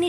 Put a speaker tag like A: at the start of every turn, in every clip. A: 你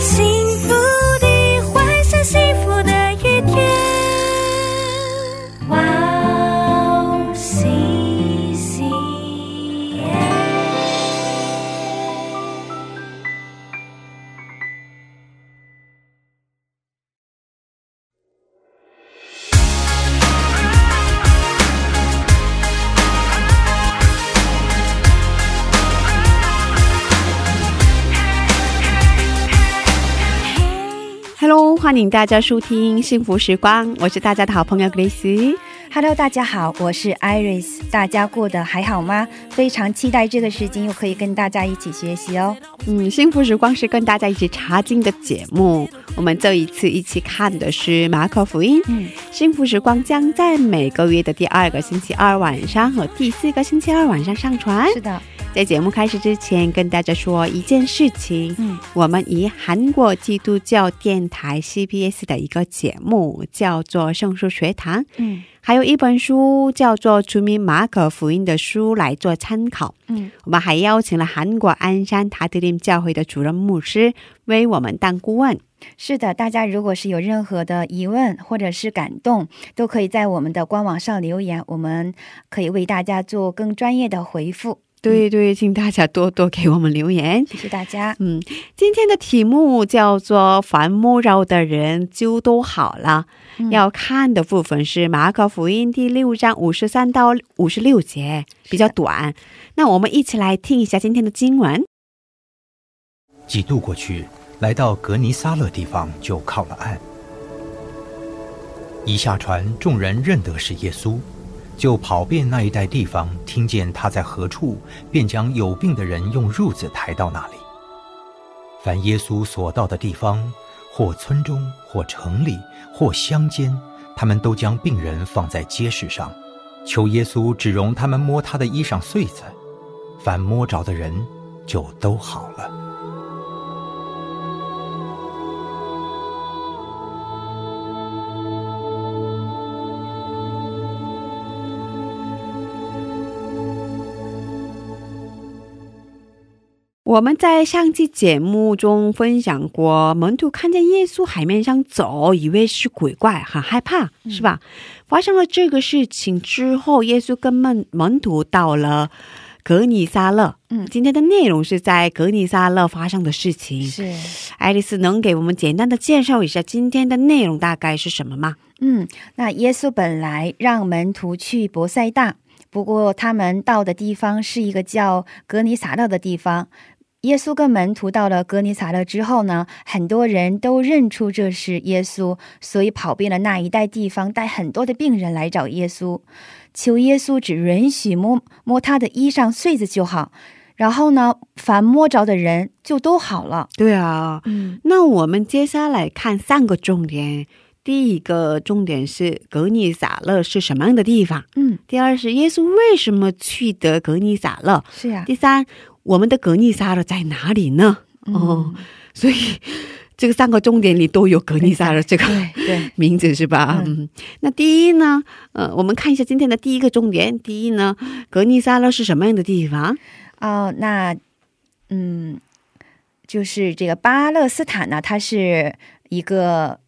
A: 幸福的幻想，幸福的一天。哇哦，西西耶！
B: Hello，欢迎大家收听《幸福时光》，我是大家的好朋友 Grace。
C: Hello，大家好，我是 Iris，大家过得还好吗？非常期待这个时间又可以跟大家一起学习哦。
B: 嗯，《幸福时光》是跟大家一起查经的节目，我们这一次一起看的是马可福音。
C: 嗯，
B: 幸福时光将在每个月的第二个星期二晚上和第四个星期二晚上上传。
C: 是的，
B: 在节目开始之前，跟大家说一件事情。
C: 嗯，
B: 我们以韩国基督教电台 CBS 的一个节目叫做《圣书学堂》，
C: 嗯
B: 还有一本书叫做《出名马可福音》的书来做参考。
C: 嗯，
B: 我们还邀请了韩国鞍山塔特林教会的主任牧师为我们当顾
C: 嗯
B: 问。
C: 是的，大家如果是有任何的疑问或者是感动，都可以在我们的官网上留言，我们可以为大家做更专业的回复。
B: 对对，请大家多多给我们留言。
C: 谢谢大家。
B: 嗯，今天的题目叫做“烦勿扰的人就都好了”
C: 嗯
B: 要看的部分是马可福音第六章五十三到五十六节，比较短。那我们一起来听一下今天的经文。
D: 几度过去，来到格尼撒勒地方，就靠了岸。一下船，众人认得是耶稣，就跑遍那一带地方，听见他在何处，便将有病的人用褥子抬到那里。凡耶稣所到的地方，或村中，或城里，或乡间，他们都将病人放在街市上，求耶稣只容他们摸他的衣裳穗子，凡摸着的人就都好了。
B: 我们在上期节目中分享过，门徒看见耶稣海面上走，以为是鬼怪，很害怕，是吧？发生了这个事情之后，耶稣跟门门徒到了格尼撒勒。
C: 嗯
B: 今天的内容是在格尼撒勒发生的事情。
C: 是。
B: 爱丽丝能给我们简单的介绍一下今天的内容大概是什么吗？
C: 嗯，那耶稣本来让门徒去博塞大，不过他们到的地方是一个叫格尼撒勒的地方。耶稣跟门徒到了格尼撒勒之后呢，很多人都认出这是耶稣，所以跑遍了那一带地方，带很多的病人来找耶稣，求耶稣只允许摸摸他的衣裳穗子就好，然后呢，凡摸着的人就都好了。
B: 对啊，
C: 嗯
B: 那我们接下来看三个重点。第一个重点是格尼撒勒是什么样的地方？
C: 嗯，
B: 第二是耶稣为什么去得格尼撒勒？
C: 是啊呀、
B: 第三，我们的格尼撒勒在哪里呢？
C: 嗯
B: 哦，所以这个三个重点里都有格尼撒勒这个
C: 对对。
B: 名字是吧？嗯，那第一呢，呃，我们看一下今天的第一个重点。第一呢，格尼撒勒是什么样的地方？
C: 哦，那嗯，就是这个巴勒斯坦呢，它是一个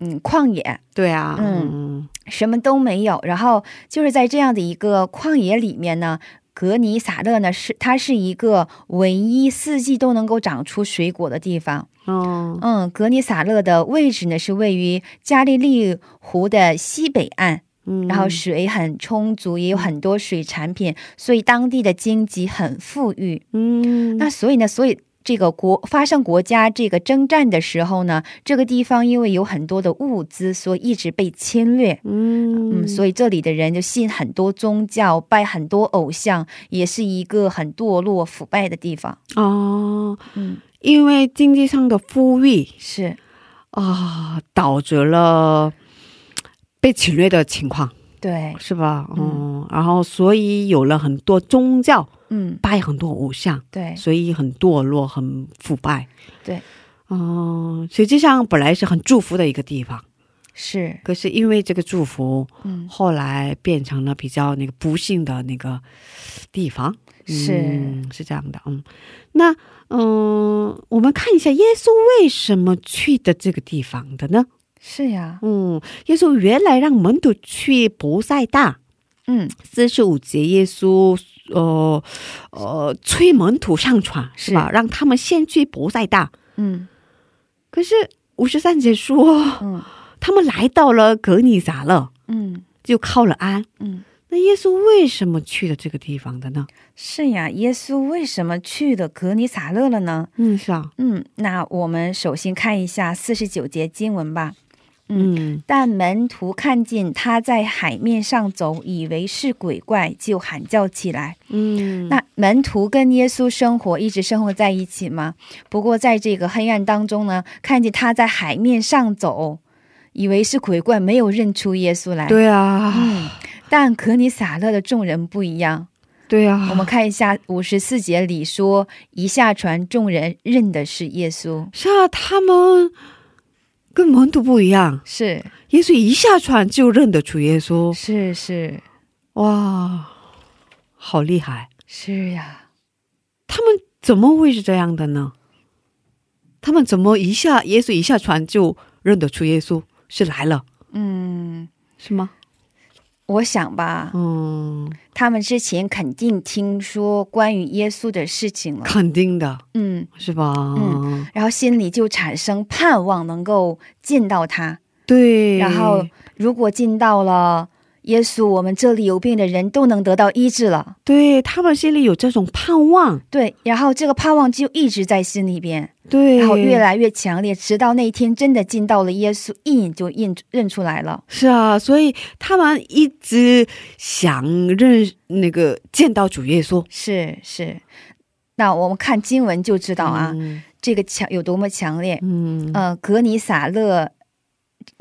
C: 嗯旷野，
B: 对啊，
C: 嗯什么都没有。然后就是在这样的一个旷野里面呢，格尼撒勒呢是它是一个唯一四季都能够长出水果的地方。
B: 嗯，哦，
C: 嗯，格尼撒勒的位置呢是位于加利利湖的西北岸，
B: 嗯，
C: 然后水很充足，也有很多水产品，所以当地的经济很富裕。
B: 嗯，
C: 那所以呢，所以这个国发生国家这个征战的时候呢，这个地方因为有很多的物资，所以一直被侵略。
B: 嗯
C: 嗯，所以这里的人就信很多宗教，拜很多偶像，也是一个很堕落、腐败的地方。
B: 哦，
C: 嗯，
B: 因为经济上的富裕
C: 是
B: 啊、导致了被侵略的情况。
C: 对，
B: 是吧？
C: 嗯
B: 哦、然后所以有了很多宗教，
C: 嗯，
B: 拜很多偶像，
C: 对
B: 所以很堕落，很腐败。
C: 对，
B: 嗯、实际上本来是很祝福的一个地方，
C: 是，
B: 可是因为这个祝福，
C: 嗯，
B: 后来变成了比较那个不幸的那个地方。
C: 是
B: 嗯、是这样的，嗯，那嗯、我们看一下耶稣为什么去的这个地方的呢？
C: 是呀，
B: 嗯，耶稣原来让门徒去博赛大，
C: 嗯，
B: 四十五节耶稣呃呃催门徒上船是吧？
C: 是
B: 让他们先去博赛大。
C: 嗯，
B: 可是五十三节 说
C: 嗯，
B: 他们来到了格尼撒勒，
C: 嗯，
B: 就靠了安。
C: 嗯，
B: 那耶稣为什么去的这个地方的呢？
C: 是呀，耶稣为什么去的格尼撒勒了呢？
B: 嗯，是啊，
C: 嗯，那我们首先看一下四十九节经文吧。
B: 嗯
C: 但门徒看见他在海面上走，以为是鬼怪，就喊叫起来。
B: 嗯，
C: 那门徒跟耶稣生活，一直生活在一起嘛。不过在这个黑暗当中呢，看见他在海面上走，以为是鬼怪，没有认出耶稣来。，
B: 对啊，
C: 嗯。但可尼撒勒的众人不一样，
B: 对啊，
C: 我们看一下五十四节里说，一下船，众人认的是耶稣，
B: 是啊，他们跟门徒不一样，
C: 是
B: 耶稣一下船就认得出耶稣，
C: 是是
B: 哇，好厉害！
C: 是呀，
B: 他们怎么会是这样的呢？他们怎么一下耶稣一下船就认得出耶稣是来了，
C: 嗯，
B: 是吗？
C: 我想吧，
B: 嗯，
C: 他们之前肯定听说关于耶稣的事情了，
B: 肯定的，
C: 嗯。
B: 是吧？
C: 嗯，然后心里就产生盼望，能够见到他。
B: 对。
C: 然后，如果见到了耶稣，我们这里有病的人都能得到医治了。
B: 对他们心里有这种盼望，
C: 对，然后这个盼望就一直在心里边，
B: 对，
C: 然后越来越强烈，直到那一天真的见到了耶稣，一眼就认认出来了。
B: 是啊，所以他们一直想认那个见到主耶稣
C: 是是，那我们看经文就知道啊，
B: 嗯
C: 这个强有多么强烈。
B: 嗯
C: 呃，格尼撒勒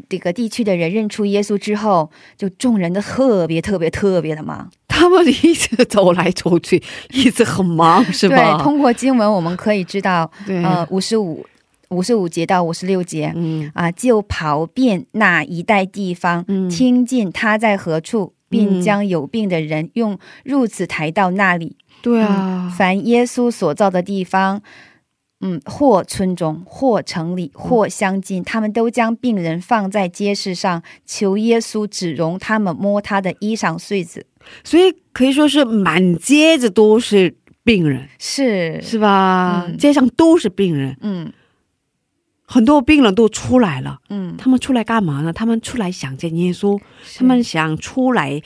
C: 这个地区的人认出耶稣之后，就众人都特别特别特别的忙。
B: 他们一直走来走去，一直很忙，是吧？
C: 对，通过经文我们可以知道，
B: 对
C: 呃，五十五五十五节到五十六节。
B: 嗯
C: 啊，就跑遍那一带地方，
B: 嗯
C: 听见他在何
B: 嗯
C: 处，并将有病的人用褥子抬到那里。
B: 对啊，
C: 凡耶稣所造的地方，嗯，或村中，或城里，
B: 嗯
C: 或乡间，他们都将病人放在街市上，求耶稣只容他们摸他的衣裳穗子。
B: 所以可以说是满街子都是病人，
C: 是，
B: 是吧？
C: 嗯
B: 街上都是病人，
C: 嗯
B: 很多病人都出来了。
C: 嗯，
B: 他们出来干嘛呢？他们出来想见耶稣，
C: 是
B: 他们想出来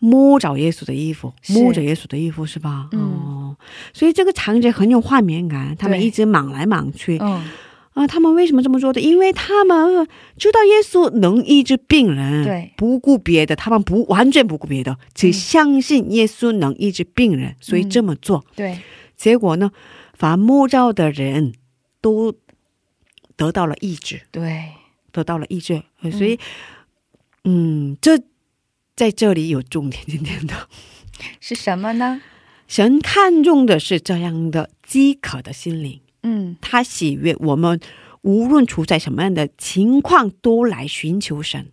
B: 摸着耶稣的衣服，
C: 是
B: 摸着耶稣的衣服是吧？
C: 嗯
B: 哦，所以这个场景很有画面感，他们一直忙来忙去啊、
C: 嗯，
B: 他们为什么这么做的？因为他们知道耶稣能医治病人，
C: 对
B: 不顾别的，他们不完全不顾别的，只相信耶稣能医治病人，所以这么做。
C: 对，
B: 结果呢，凡摸着的人都得到了医治。
C: 对，
B: 得到了抑制，呃所以，嗯，这在这里有重点。今天的
C: 是什么呢？
B: 神看重的是这样的饥渴的心灵，
C: 嗯，
B: 他喜悦我们无论处在什么样的情况都来寻求神。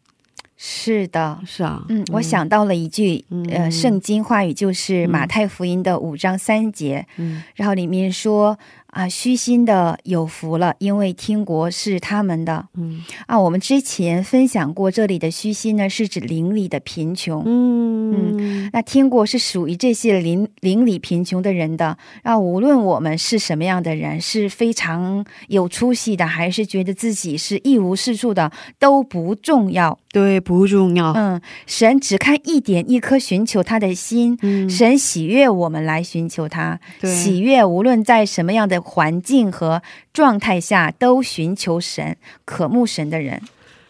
C: 是的。
B: 是啊，
C: 嗯，我想到了一句，呃，
B: 嗯
C: 圣经话语就是马太福音的五章三节，
B: 嗯
C: 然后里面说啊，虚心的有福了，因为天国是他们的。
B: 嗯
C: 啊，我们之前分享过，这里的虚心呢是指邻里的贫穷。
B: 嗯
C: 那天国是属于这些邻邻里贫穷的人的。啊，无论我们是什么样的人，是非常有出息的，还是觉得自己是一无是处的，都不重要。
B: 对，不重要。
C: 嗯，神只看一点，一颗寻求他的心。
B: 嗯
C: 神喜悦我们来寻求他，
B: 对
C: 喜悦无论在什么样的环境和状态下，都寻求神、渴慕神的人。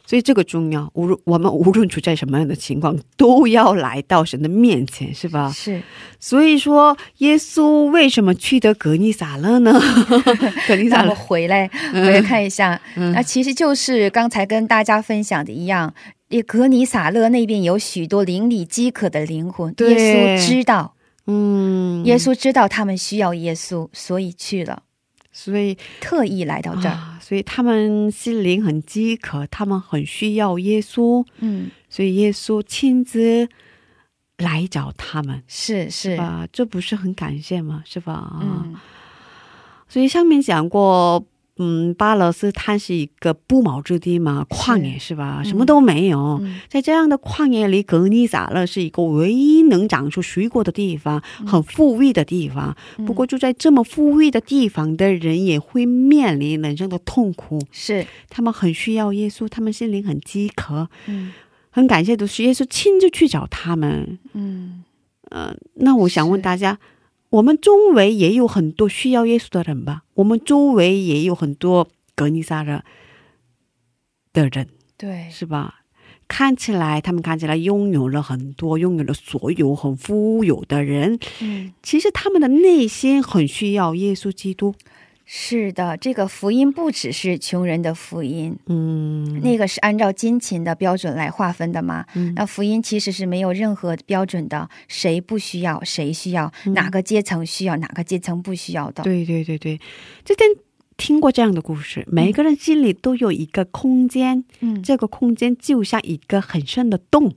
B: 所以这个重要。无论我们无论处在什么样的情况，都要来到神的面前，是吧？
C: 是，
B: 所以说，耶稣为什么去的格尼撒勒 呢？格尼
C: 那
B: 撒
C: 我
B: 勒， 嗯
C: 回来，我来看一下，那其实就是刚才跟大家分享的一样，也格尼撒勒那边有许多邻里饥渴的灵魂，
B: 对
C: 耶稣知道，
B: 嗯，
C: 耶稣知道他们需要耶稣，所以去了，
B: 所以
C: 特意来到这儿。
B: 啊，所以他们心灵很饥渴，他们很需要耶稣，
C: 嗯，
B: 所以耶稣亲自来找他们，
C: 是是，
B: 啊，这不是很感谢吗？是吧？啊、
C: 嗯，
B: 所以上面讲过，嗯，巴勒斯坦是一个不毛之地嘛，旷野是吧？什么都没有。
C: 嗯
B: 在这样的旷野里，格尼撒勒是一个唯一能长出水果的地方，很富裕的地方。不过，就在这么富裕的地方的人，也会面临人生的痛苦。
C: 是，
B: 他们很需要耶稣，他们心灵很饥渴，
C: 嗯
B: 很感谢的是耶稣亲自去找他们。
C: 嗯，
B: 呃，那我想问大家，我们周围也有很多需要耶稣的人吧？我们周围也有很多格尼撒勒的人，
C: 对，
B: 是吧？看起来他们看起来拥有了很多，拥有了所有很富有的人，
C: 嗯，
B: 其实他们的内心很需要耶稣基督。
C: 是的，这个福音不只是穷人的福音，
B: 嗯，
C: 那个是按照金钱的标准来划分的嘛？那福音其实是没有任何标准的，谁不需要谁需要，哪个阶层需要哪个阶层不需要的。
B: 嗯对对对对，之前听过这样的故事，每个人心里都有一个空间，
C: 嗯，
B: 这个空间就像一个很深的洞，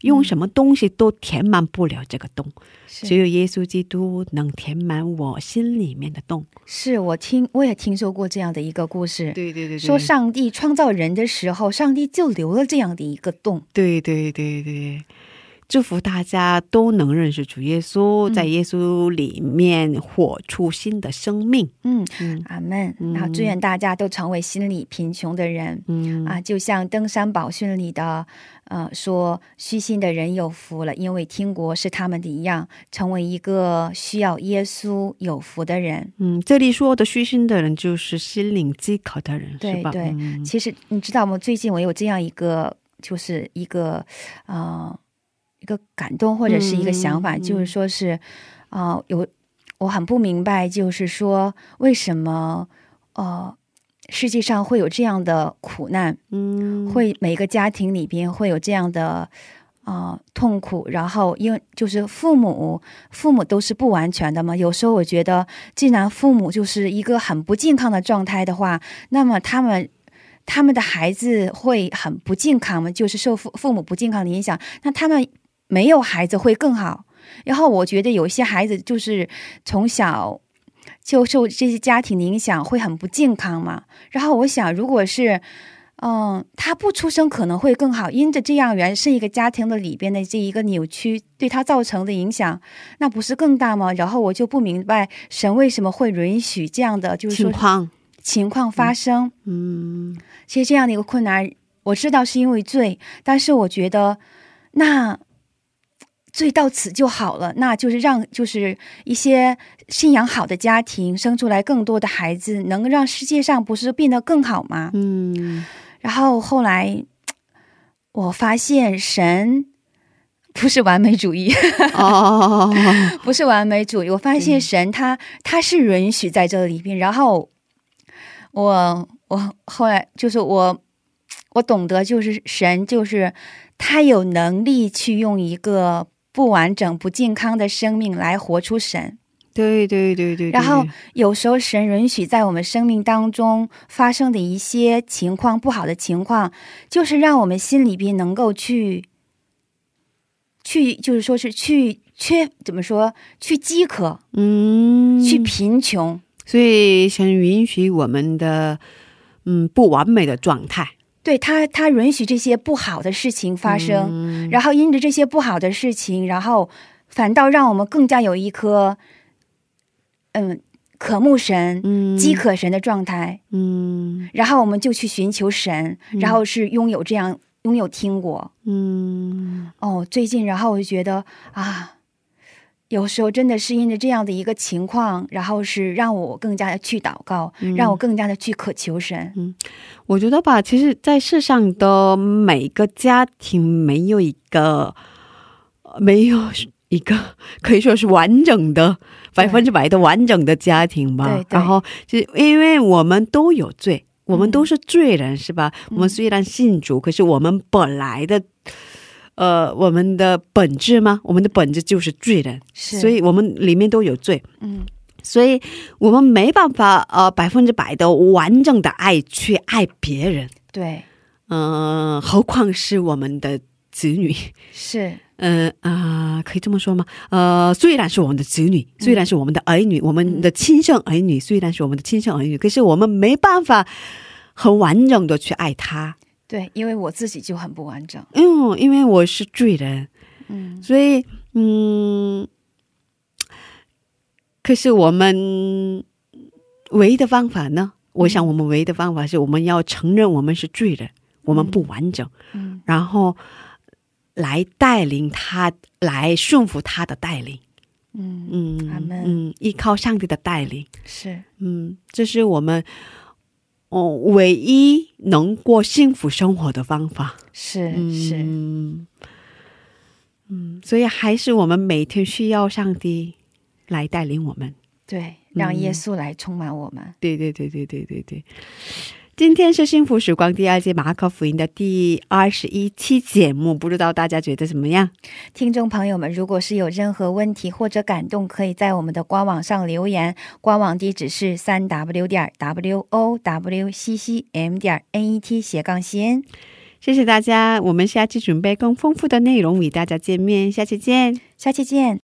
B: 用什么东西都填满不了这个洞，只
C: 是
B: 有耶稣基督能填满我心里面的洞。
C: 是我听我也听说过这样的一个故事，
B: 对对对
C: 说上帝创造人的时候，上帝就留了这样的一个洞。
B: 对对对对，祝福大家都能认识主耶稣，在耶稣里面活出新的生命。
C: 嗯，
B: 嗯
C: 阿门。
B: 嗯
C: 然后祝愿大家都成为心理贫穷的人。
B: 嗯
C: 啊，就像《登山宝训》里的，呃，说虚心的人有福了，因为天国是他们的一样，成为一个需要耶稣有福的人。
B: 嗯，这里说的虚心的人就是心灵饥渴的人，
C: 对
B: 是吧？
C: 对
B: 嗯
C: 其实你知道吗？最近我有这样一个，就是一个，呃，一个感动或者是一个想法，
B: 嗯嗯
C: 就是说是，啊、有我很不明白，就是说为什么，呃，世界上会有这样的苦难，
B: 嗯，
C: 会每个家庭里边会有这样的。啊、痛苦，然后因为就是父母，父母都是不完全的嘛。有时候我觉得，既然父母就是一个很不健康的状态的话，那么他们他们的孩子会很不健康嘛，就是受父父母不健康的影响。那他们没有孩子会更好。然后我觉得有一些孩子就是从小就受这些家庭的影响，会很不健康嘛。然后我想，如果是嗯，他不出生可能会更好，因着这样原生一个家庭的里边的这一个扭曲对他造成的影响，那不是更大吗？然后我就不明白神为什么会允许这样的就是
B: 情
C: 说
B: 况，
C: 情况发生。
B: 嗯
C: 其实这样的一个困难，我知道是因为罪，但是我觉得那罪到此就好了，那就是让就是一些信仰好的家庭生出来更多的孩子，能让世界上不是变得更好吗？
B: 嗯，
C: 然后后来我发现神不是完美主义，
B: 哦，
C: 不是完美主义。我发
B: 对
C: 现神他他是允许在这里边，然后我我后来就是我我懂得就是神就是他有能力去用一个不完整、不健康的生命来活出神。
B: 对对对对，对
C: 然后有时候神允许在我们生命当中发生的一些情况，不好的情况，就是让我们心里边能够去，去就是说是去缺怎么说去饥渴，
B: 嗯，
C: 去贫穷。
B: 所以想允许我们的嗯不完美的状态
C: 对他，他允许这些不好的事情发生，
B: 嗯
C: 然后因着这些不好的事情，然后反倒让我们更加有一颗，嗯，渴慕神、
B: 嗯
C: 饥渴神的状态。
B: 嗯
C: 然后我们就去寻求神，
B: 嗯
C: 然后是拥有这样拥有天国。
B: 嗯
C: 哦，最近然后我就觉得啊，有时候真的是因着这样的一个情况，然后是让我更加的去祷告，
B: 嗯
C: 让我更加的去渴求神。
B: 我觉得吧，其实，在世上的每个家庭没有一个呃没有一个 可以说是完整的百分之百的完整的家庭吧
C: 对对。
B: 然后，其实因为我们都有罪，我们都是罪人，是吧？
C: 嗯
B: 我们虽然信主，可是我们本来的，呃，我们的本质吗？我们的本质就是罪人，
C: 是，
B: 所以我们里面都有罪，
C: 嗯，
B: 所以我们没办法呃百分之百的完整的爱去爱别人，
C: 对，
B: 嗯、何况是我们的子女，
C: 是，
B: 嗯啊、可以这么说吗？呃，虽然是我们的子女，虽然是我们的儿女，我们的亲生儿女，虽然是我们的亲生儿女，可是我们没办法很完整的去爱他，
C: 对，因为我自己就很不完整，
B: 嗯，因为我是罪人，
C: 嗯，
B: 所以嗯，可是我们唯一的方法呢？我想我们唯一的方法是我们要承认我们是罪人，我们不完整，
C: 嗯，
B: 然后来带领他，来顺服他的带领。
C: 嗯，
B: 嗯
C: 阿门
B: 嗯，依靠上帝的带领，
C: 是，
B: 嗯，这是我们哦唯一能过幸福生活的方法。
C: 是，是，
B: 嗯嗯，所以还是我们每天需要上帝来带领我们。
C: 对，让耶
B: 嗯
C: 稣来充满我们。
B: 对对对对对对对。今天是幸福时光第二季马可福音的第二十一期节目，不知道大家觉得怎么样？
C: 听众朋友们，如果是有任何问题或者感动，可以在我们的官网上留言，官网地址是三 w 点 w o w c c m 点 n e t 斜杠 c n。
B: 谢谢大家，我们下期准备更丰富的内容与大家见面，下期见。
C: 下期见。